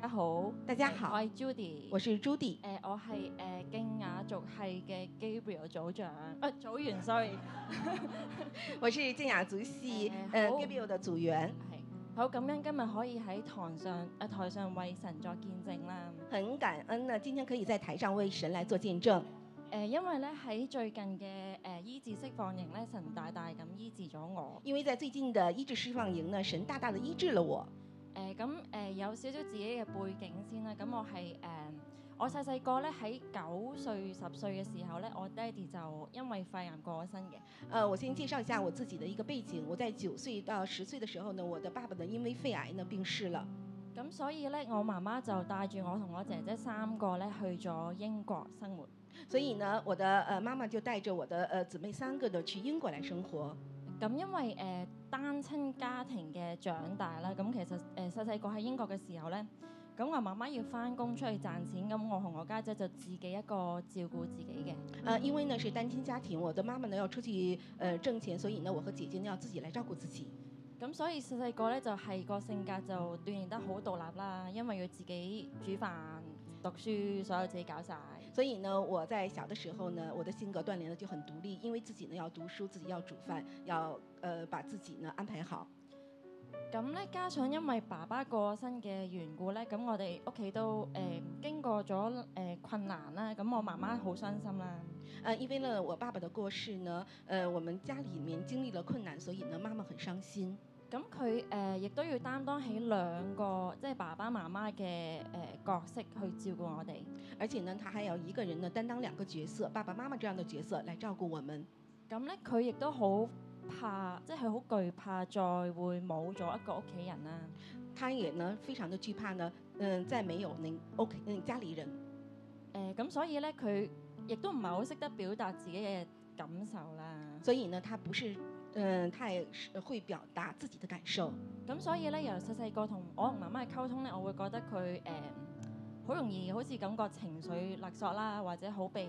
家好，大家好我係 Judy，我是朱迪誒、，我係誒驚雅族系嘅 Gabriel 組長，啊組員，sorry，我是静雅族系哎呃好 Gabriel 的组员，係好感恩今日可以喺堂上啊台上為神作見證啦。很感恩呢，今天可以在台上为神来做见证，誒、因為咧喺最近嘅誒、醫治釋放營咧，神大大咁醫治咗我。因为在最近的医治释放营呢，神大大的医治了我。誒咁誒有少少自己嘅背景先啦。咁我係誒、我細細個咧喺九歲十歲嘅時候咧，我爹哋就因為肺癌過咗身嘅。呃，我先介绍一下我自己的一个背景，我在九岁到十岁的时候呢，我的爸爸呢因为肺癌呢病逝了，咁所以咧，我媽媽就帶住我同我姐姐三個咧去咗英國生活。所以呢，我的呃妈妈就带着我的呃姊妹三个呢去英国来生活。咁因為誒、呃、單親家庭嘅長大啦，咁其實誒細細個喺英國嘅時候咧，咁我媽媽要翻工出去賺錢，咁我同我家姐就自己一個照顧自己嘅。呃，因为呢是单亲家庭，我的妈妈呢要出去呃挣钱，所以呢我和姐姐呢要自己来照顾自己。咁所以細細個咧就係、個性格就鍛鍊得好獨立啦，因為要自己煮飯、讀書，所有自己搞晒。所以呢，我在小的时候呢，我的性格锻炼的就很独立，因为自己呢要读书，自己要煮饭，要呃把自己呢安排好。咁咧加上因為爸爸過身嘅緣故咧，咁我哋屋企都誒、呃、經過咗誒、呃困難啦，咁我媽媽好傷心啦。呃，因为呢我爸爸的过世呢，呃我们家里面经历了困难，所以呢妈妈很伤心。咁佢誒亦都要擔當起兩個即係爸爸媽媽嘅誒、呃角色去照顧我哋。而且呢，她还要一个人呢担当两个角色，爸爸妈妈这样的角色来照顾我们。咁咧佢亦都好怕，即係佢好懼怕再會冇咗一個屋企人啦。她也呢非常的惧怕呢，嗯、再没有那 OK 嗯家里人。誒、咁所以咧佢亦都唔係好識得表達自己嘅感受啦。所以呢，他不是，嗯，他也是会表达自己的感受，咁所以咧由細細個同我同媽媽嘅溝通咧，我會覺得佢誒好容易好似感覺情緒勒索啦，或者好被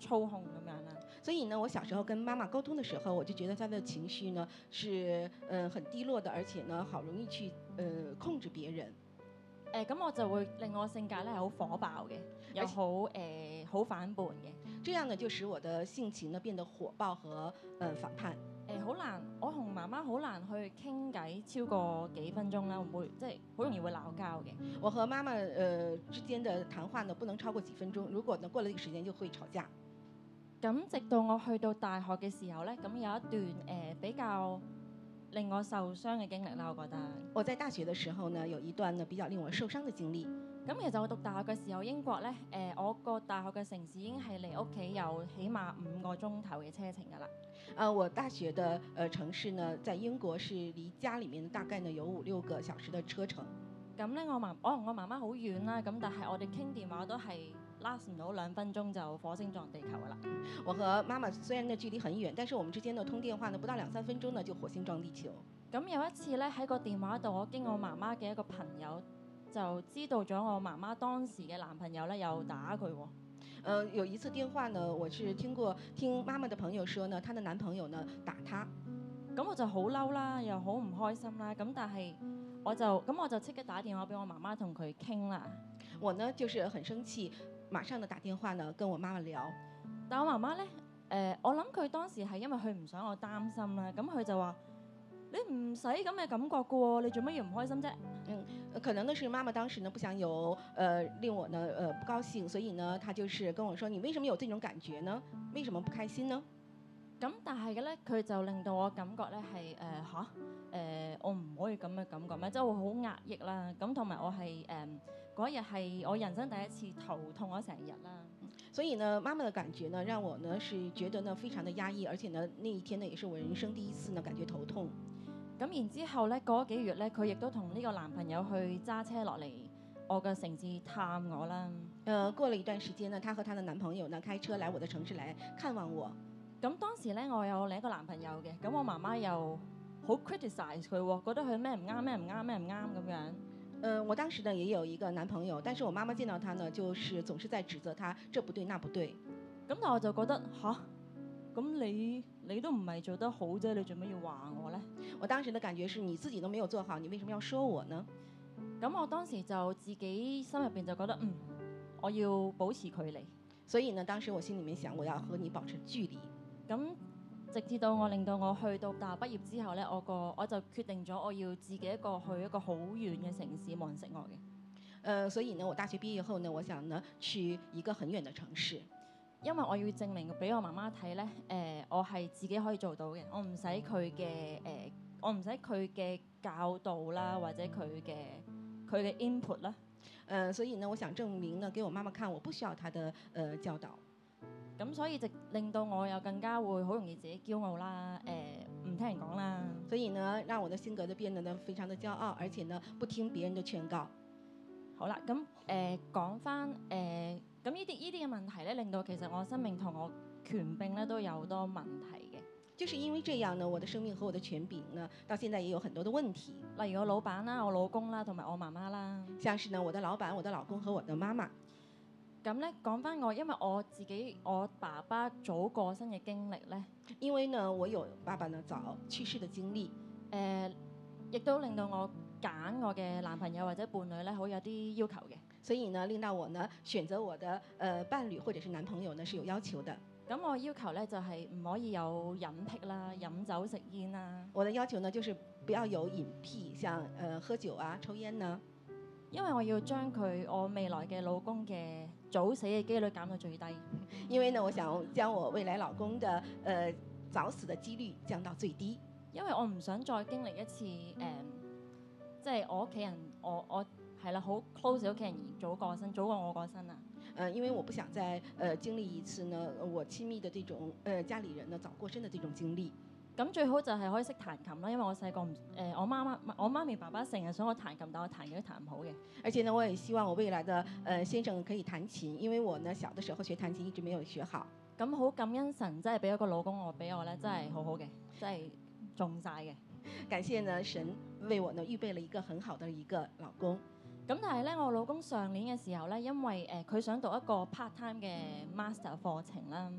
操控咁樣啦。所以呢，我小时候跟妈妈沟通的时候，我就觉得她的情绪呢是嗯很低落的，而且呢好容易去呃控制别人，誒咁、我就會令我性格咧係好火爆嘅，又好誒好反叛嘅，这样呢就使我的性情呢变得火爆和呃反叛。誒好、難，我同媽媽好難去傾偈超過幾分鐘啦，會即係好容易會鬧交嘅。我和妈妈呃之间的谈话呢不能超过几分钟，如果呢过了一个时间就会吵架。咁直到我去到大學嘅時候咧，咁有一段誒、比較令我受傷嘅經歷啦，我覺得。我在大学的时候呢有一段呢比較令我受伤的经歷，咁其實我讀大學嘅時候，英國咧誒、我個大學嘅城市已經係離屋企有起碼五個鐘頭嘅車程㗎啦。呃我大学的呃城市呢在英国是离家里面大概呢有五六个小时的车程。咁咧，我媽我同我媽媽好遠啦，咁但係我哋傾電話都係 last 唔到兩分鐘就火星撞地球噶啦。我和妈妈虽然呢距离很远，但是我们之间呢通电话呢不到两三分钟呢就火星撞地球。咁有一次咧喺個電話度，我經我媽媽嘅一個朋友就知道咗我媽媽當時嘅男朋友咧又打佢喎。呃，有一次电话呢，我是听过听妈妈的朋友说呢，她的男朋友呢打她，咁我就好嬲啦，又好唔開心啦。咁但係我就咁我就即刻打電話俾我媽媽同佢傾啦。我呢就是很生气，马上呢打电话呢跟我妈妈聊。但我媽媽咧，誒、我諗佢當時係因為佢唔想我擔心啦，咁佢就話：你唔使咁嘅感覺嘅喎，你做乜要唔開心啫？呃可能呢是妈妈当时呢不想有呃令我呢呃不高兴，所以呢她就是跟我说你为什么有这种感觉呢？为什么不开心呢？咁但係嘅咧，佢就令到我感覺咧係誒嚇誒，我唔可以咁嘅感覺咩？即係我好壓抑啦。咁同埋我係誒嗰日係我人生第一次頭痛咗成日啦。所以呢妈妈的感觉呢让我呢是觉得呢非常的压抑，而且呢那一天呢也是我人生第一次呢感觉头痛。咁然之後咧，嗰幾月咧，佢亦都同呢個男朋友去揸車落嚟我嘅城市探我啦。呃，过了一段时间呢，她和她的男朋友呢开车来我的城市来看望我。咁當時咧，我有另一個男朋友嘅，咁我媽媽又好 criticise 佢喎，覺得佢咩唔啱咩唔啱咩唔啱咁樣。呃，我当时呢也有一个男朋友，但是我妈妈见到他呢，就是总是在指责他这不对那不对。咁但係我就覺得吓，咁你你都唔係做得好啫，你做乜要話我咧？我当时的感觉是你自己都没有做好，你为什么要说我呢？咁我當時就自己心入邊就覺得，嗯，我要保持距離。所以呢，当时我心里面想，我要和你保持距离。咁直至到我令到我去到大學畢業之後呢，我個我就決定咗我要自己一個去一個好遠嘅城市，冇人識我嘅。呃，所以呢，我大学毕业后呢，我想呢去一个很远的城市，因為我要證明俾我媽媽睇呢，誒、我係自己可以做到嘅，我唔使佢嘅誒，我唔使佢嘅教導啦，或者佢嘅佢嘅 input 啦。呃，所以呢，我想证明呢给我妈妈看，我不需要她的呃教导，咁所以直令到我又更加會好容易自己驕傲啦，誒、唔聽人講啦。所以呢，让我的性格就变得呢非常的骄傲，而且呢不听别人的劝告。好啦，咁呃誒講翻誒，呃咁呢啲呢啲嘅問題咧，令到其實我生命同我權柄咧都有好多問題嘅。就是因为这样呢，我的生命和我的权柄呢，到現在也有很多的問題，例如我老闆啦、我老公啦，同埋我媽媽啦。像是呢我的老闆、我的老公和我的媽媽。咁咧講翻我，因為我自己我爸爸早過身嘅經歷咧，因為呢，我有爸爸呢早去世的經歷，誒、呃亦都令到我揀我嘅男朋友或者伴侶咧，好有啲要求嘅。所以呢，令到我呢選擇我的呃伴侶或者是男朋友呢是有要求的。咁我要求咧就係、唔可以有飲癖啦、飲酒食煙啦，我的要求呢就是不要有隱癖，像呃喝酒啊、抽煙呢，因為我要將佢我未來嘅老公嘅早死嘅機率減到最低。因為呢，我想將我未來老公的呃早死的幾率降到最低，因為我唔想再經歷一次誒、即係我屋企人，我我係啦，好 close 嘅屋企人而早過身，早過我過身啊。呃，因為我不想再呃經歷一次呢我親密的這種呃家裡人呢早過身的這種經歷。咁最好就係可以識彈琴啦，因為我細個唔誒，我媽媽我媽咪爸爸成日想我彈琴，但我彈嘅都彈唔好嘅。而且呢，我也希望我未来的呃先生可以弹琴，因为我呢小的时候学弹琴一直没有学好。咁好感恩神，真係俾咗個老公我俾我咧，真係好好嘅，真係中晒嘅。感谢呢神为我呢预备了一个很好的一个老公。咁但係咧，我老公上年嘅時候咧，因為誒佢、想讀一個 part time 嘅 master 課程啦，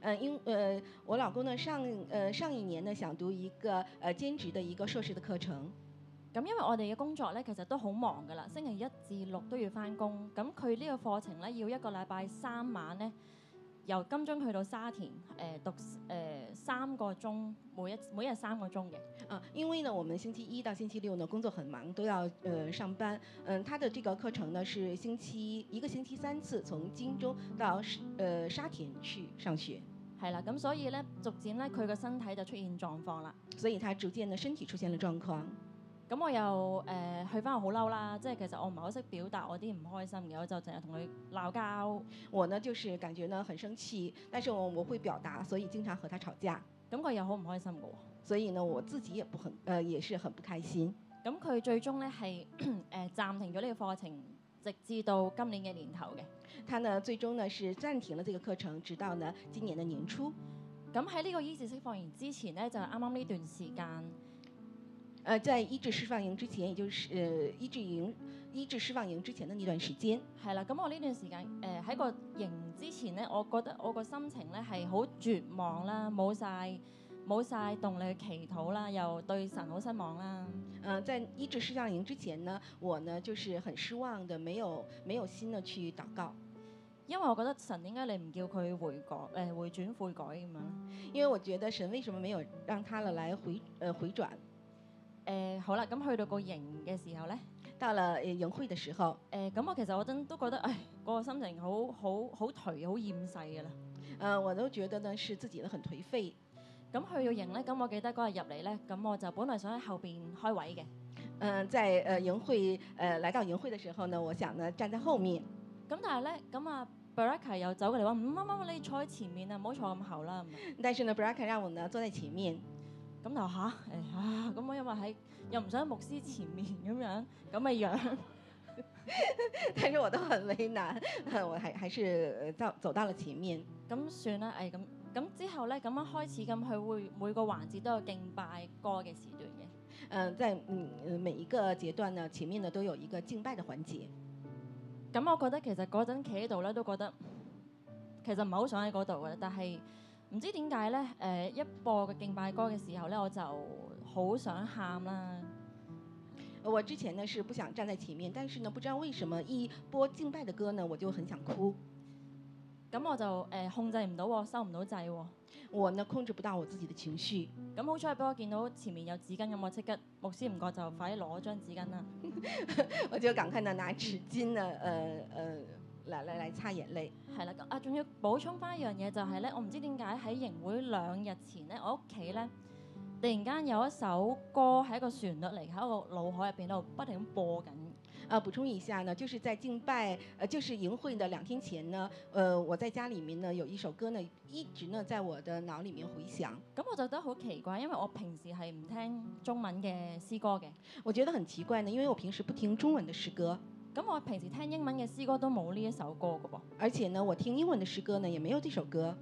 呃，因呃我老公呢上呃上一年呢想读一个呃兼职的一个硕士的课程。咁因為我哋嘅工作咧其實都好忙噶啦，星期一至六都要翻工，咁佢呢個課程咧要一個禮拜三晚咧。由金鐘去到沙田，誒、讀誒、三個鐘，每一每日三個鐘嘅。啊，因为呢，我们星期一到星期六呢工作很忙，都要呃上班。嗯，他的这个课程呢是星期一个星期三次，从荆州到沙呃沙田去上学，係啦，咁所以咧，逐漸咧佢個身體就出現狀況啦。所以他逐渐呢身体出现了状况。咁我又誒、呃去翻我好嬲啦，即係其實我唔係好識表達我啲唔開心嘅，我就成日同佢鬧交。我呢就是感觉呢很生气，但是我我会表達，所以经常和他吵架，咁佢又好唔開心嘅喎。所以呢我自己也不很呃也是很不開心。咁佢最終咧 係誒暫呃停咗呢個課程，直至到今年嘅年頭嘅。他呢最終呢是暫停了這個課程，直到呢今年的年初。咁喺呢個醫治釋放營之前咧，就係啱啱呢段時間，呃，在醫治釋放營之前，也就是呃醫治營醫治釋放營之前的那段時間，係啦。咁我呢段時間誒喺、個營之前咧，我覺得我個心情咧係好絕望啦，冇晒冇晒動力去祈禱啦，又對神好失望啦。呃，在醫治釋放營之前呢，我呢就是很失望的，沒有沒有心呢去禱告，因為我覺得神點解你唔叫佢回改誒、呃、回轉悔改咁樣呢因為我覺得神為什麼沒有讓他了來回呃回轉？誒、好啦，咁去到個營嘅時候咧，到了呃營會的時候，誒、咁我其實我真都覺得，唉，個心情好好好頹，好厭世嘅啦。呃，我都覺得呢是自己呢很頹廢，咁去到營咧，咁我記得嗰日入嚟咧，咁我就本來想喺後邊開位嘅，嗯、在呃营会呃来到营会的时候呢，我想呢站在后面，咁但係咧，咁啊 Baraka 又走過嚟話：唔唔唔，你坐喺前面啊，唔好坐咁後啦。咁樣但是呢 b r a k 让我呢坐在前面， 咁就嚇，誒、啊，咁我因為喺又唔想喺牧師前面咁樣咁嘅樣，但是我都很为难， 我还还是呃到走到了前面。咁算啦，誒、咁咁之後咧，咁樣開始咁，佢會每個環節都有敬拜歌嘅時段嘅。嗯、在嗯呃每一个阶段呢，前面呢都有一个敬拜的环节。咁我覺得其實嗰陣企喺度咧，都覺得其實唔係好想喺嗰度嘅，但係唔知點解咧，誒、一播嘅敬拜歌嘅時候咧，我就好想喊啦。呃我之前呢是不想站在前面，但是呢不知道为什么一播敬拜的歌呢，我就很想哭。咁我就誒、呃控制唔到喎，收唔到掣喎。我呢控制不到我自己的情绪， 咁好彩俾我見到前面有紙巾，咁我即刻牧師唔覺就快啲攞張紙巾啦。我就赶快呢拿纸巾呢，呃呃，来来来擦眼泪。係啦，咁啊仲要補充翻一樣嘢就係咧，我唔知點解喺營會兩日前咧，我屋企咧突然間有一首歌係一個旋律嚟，喺我腦海入邊度不停咁播緊。啊，补充一下呢，就是在敬拜，呃，就是营会的两天前呢，呃，我在家里面呢有一首歌呢，一直呢在我的脑里面回响，咁我就覺得好奇怪，因為我平時係唔聽中文嘅詩歌嘅，我觉得很奇怪呢，因为我平時不聽中文的詩歌，咁我平時聽英文嘅詩歌都冇呢一首歌嘅噃。而且呢，我聽英文的詩歌呢也沒有這首歌，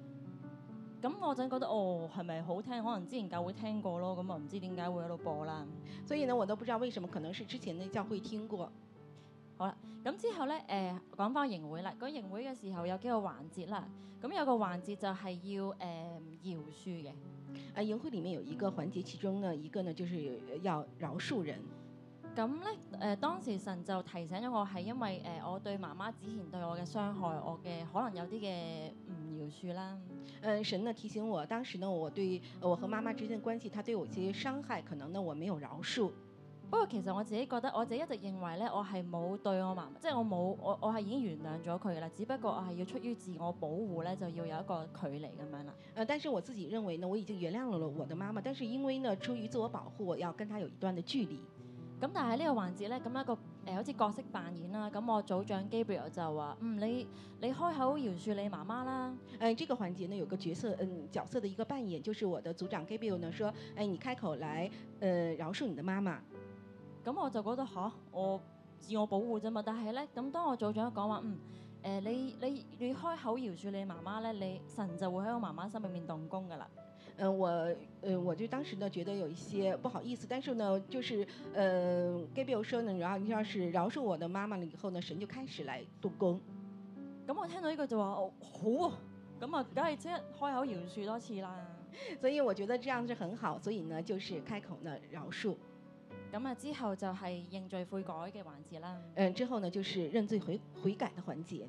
咁我陣覺得哦，係咪好聽？可能之前教會聽過咯，咁我唔知點解會喺度播啦。所以呢，我都不知道為什麼，可能是之前的教會聽過。咁之後咧，誒、講翻營會啦。嗰營會嘅時候有幾個環節啦。咁有個環節就係要誒、饒恕嘅。啊，營會裡面有一個環節，其中呢一個呢就是呃要饒恕人。咁咧誒，當時神就提醒咗我係因為誒、我對媽媽之前對我嘅傷害，我嘅可能有啲嘅唔饒恕啦。嗯，神呢提醒我，當時呢我對呃我和媽媽之間的關係，她對我有些傷害，可能呢我沒有饒恕。不過其實我自己覺得，我自己一直認為咧，我係冇對我媽媽，即係我冇我我係已經原諒咗佢啦。只不過我係要出於自我保護咧，就要有一個距離咁樣啦。呃，但是我自己認為呢，我已經原諒了我的媽媽，但是因為呢，出於自我保護，我要跟她有一段的距離。咁但係呢個環節咧，咁一個誒、好似角色扮演啦。咁我組長 Gabriel 就話：嗯，你你開口饒恕你媽媽啦。嗯，這個環節呢有個角色，嗯，角色的一個扮演，就是我的組長 Gabriel 呢說，哎，你開口來，呃，饒恕你的媽媽。咁我就覺得吓，我自我保護啫嘛。但係咧，咁當我組長講話嗯。誒、你你你開口饒恕你媽媽咧，你神就會喺我媽媽心裏面動工噶啦。嗯，我，呃，我就當時呢覺得有一些不好意思，但是呢，就是，呃，Gabriel 說呢，然後你要是饒恕我的媽媽了以後呢，神就開始來動工。咁我聽到呢句就話：哦，好啊！咁啊，梗係即刻開口饒恕多次啦。所以我覺得這樣是很好，所以呢，就是開口呢饒恕，咁啊，之後就係認罪悔改嘅環節啦。嗯，之後呢就是認罪悔悔改的環節。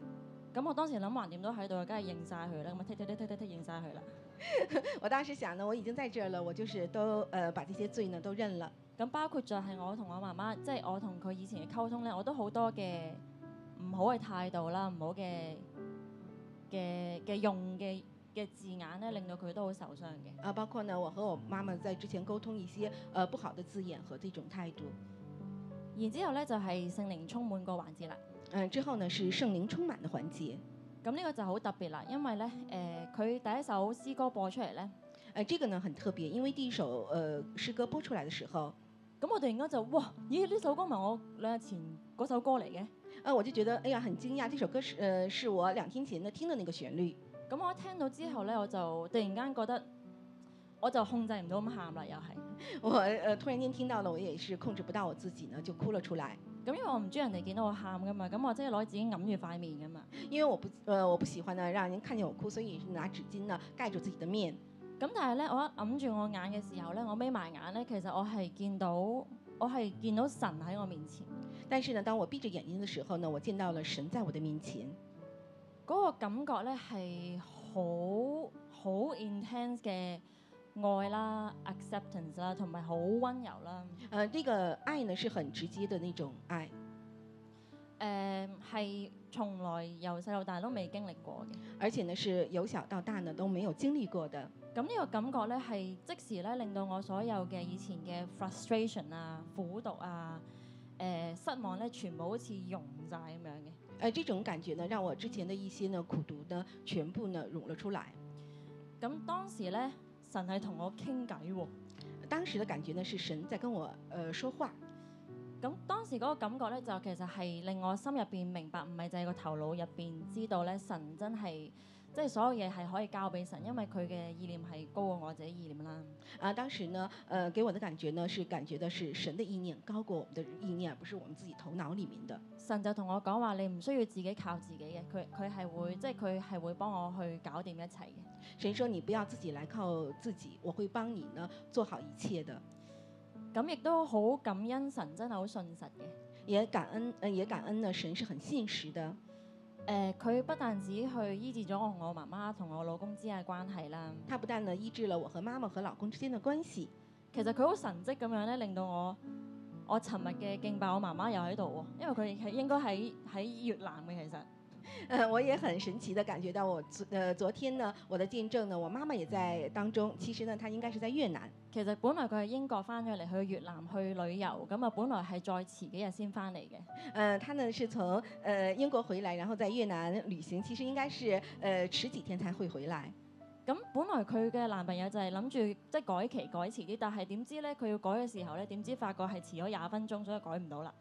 咁我當時諗橫掂都喺度，梗係認晒佢啦。咁啊，剔剔剔剔剔剔認晒佢啦。我當時想呢，我已經在這兒了，我就是都呃把這些罪呢都認了。咁包括就係我同我媽媽，即係我同佢以前嘅溝通咧，我都好多嘅唔好嘅態度啦，唔好嘅嘅嘅用嘅嘅字眼咧，令到佢都好受傷嘅。啊，包括呢，我和我媽媽在之前溝通一些呃不好的字眼和這種態度。然之後咧就係聖靈充滿個環節啦。嗯，之後呢是聖靈充滿的環節。咁呢個就好特別啦，因為咧誒佢第一首詩歌播出嚟咧，呃，這個呢很特別，因為第一首呃詩歌播出來的時候，咁我突然間就哇，咦呢首歌咪我兩日前嗰首歌嚟嘅？呃，我就覺得哎呀很驚訝，這首歌是呃是我兩天前呢聽的那個旋律。咁我一聽到之後咧，我就突然間覺得我就控制唔到咁喊啦，又係。我呃突然間聽到了，我也是控制不到我自己呢，就哭了出來。咁因為我唔中意人哋見到我喊噶嘛，咁我即係攞紙巾揞住塊面噶嘛。因為我不呃我不喜歡呢讓人看見我哭，所以拿紙巾呢蓋住自己的面。咁但係咧，我一揞住我眼嘅時候咧，我眯埋眼咧，其實我係見到我係見到神喺我面前，但是呢，當我閉着眼睛的時候呢，我見到了神在我的面前。嗰、個感覺咧係好好 intense 嘅愛啦、acceptance 啦，同埋好温柔啦。呃，這個愛呢是很直接的那種愛，誒係從來由細到大都未經歷過嘅。而且呢是由小到大呢都沒有經歷過的。咁呢個感覺咧係即時咧令到我所有嘅以前嘅 frustration 啊、苦毒啊、誒、失望咧，全部好似溶晒咁樣嘅。呃，這種感覺呢，讓我之前的一些呢苦毒呢，全部呢湧了出來。咁當時咧，神係同我傾偈喎。當時的感覺呢，是神在跟我呃說話。咁當時嗰個感覺咧，就其實係令我心入邊明白，唔係就係個頭腦入邊知道咧，神真係即係所有嘢係可以交俾神，因為佢嘅意念係高過我自己意念啦。啊，當時呢，呃，給我的感覺呢，是感覺的是神的意念高過我們的意念，而不是我們自己頭腦裡面的。神就同我講話，你唔需要自己靠自己嘅，佢佢係會即係佢係會幫我去搞掂一切嘅。神說你不要自己來靠自己，我會幫你呢做好一切的。咁亦都好感恩神真係好信實嘅。也感恩，呃，也感恩呢，神是很信实的。誒、佢不但止去醫治咗我我媽媽同我老公之間嘅關係啦，他不但呢医治了我和妈妈和老公之间的关系， 其實佢好神蹟咁樣咧，令到我我尋日嘅敬拜我媽媽又喺度喎，因為佢係應該喺喺越南嘅其實。呃，我也很神奇的感觉到我昨呃昨天呢我的见证呢，我妈妈也在当中。其实呢，她应该是在越南，其實本來佢係英國翻咗嚟去越南去旅遊，咁啊本來係再遲幾日先翻嚟嘅。呃，她呢是从呃英国回来，然后在越南旅行，其实应该是呃迟几天才会回来。 咁本來佢嘅男朋友就係諗住即係改期改遲啲，但係點知咧佢要改嘅時候咧，點知發覺係遲咗廿分鐘，所以改唔到啦。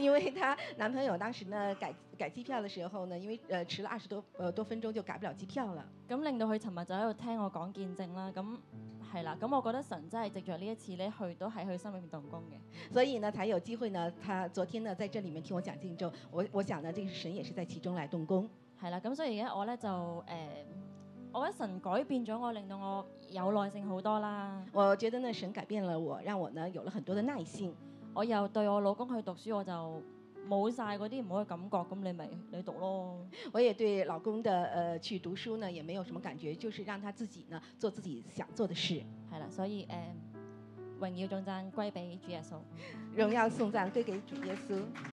因为她男朋友当时呢改改机票的时候呢，因为呃迟了二十多呃多分钟就改不了机票了。咁令到佢尋日就喺度聽我講見證啦。咁係啦，咁我覺得神真係藉着呢一次咧，去都喺佢心裏面動工嘅。所以呢，才有机会呢。他昨天呢，在这里面听我讲敬重，我我想呢，这个神也是在其中来动工。係啦，咁所以而家我咧就誒、我覺得神改變咗我，令到我有耐性好多啦。我觉得呢，神改变了我，让我呢有了很多的耐性。我又對我老公去讀書，我就冇晒嗰啲唔好嘅感覺，咁你咪你讀咯。我也对老公的呃去读书呢，也没有什么感觉，就是让他自己呢做自己想做的事。係啦，所以誒、榮耀仲讚歸俾主耶穌。荣耀颂赞归给主耶稣。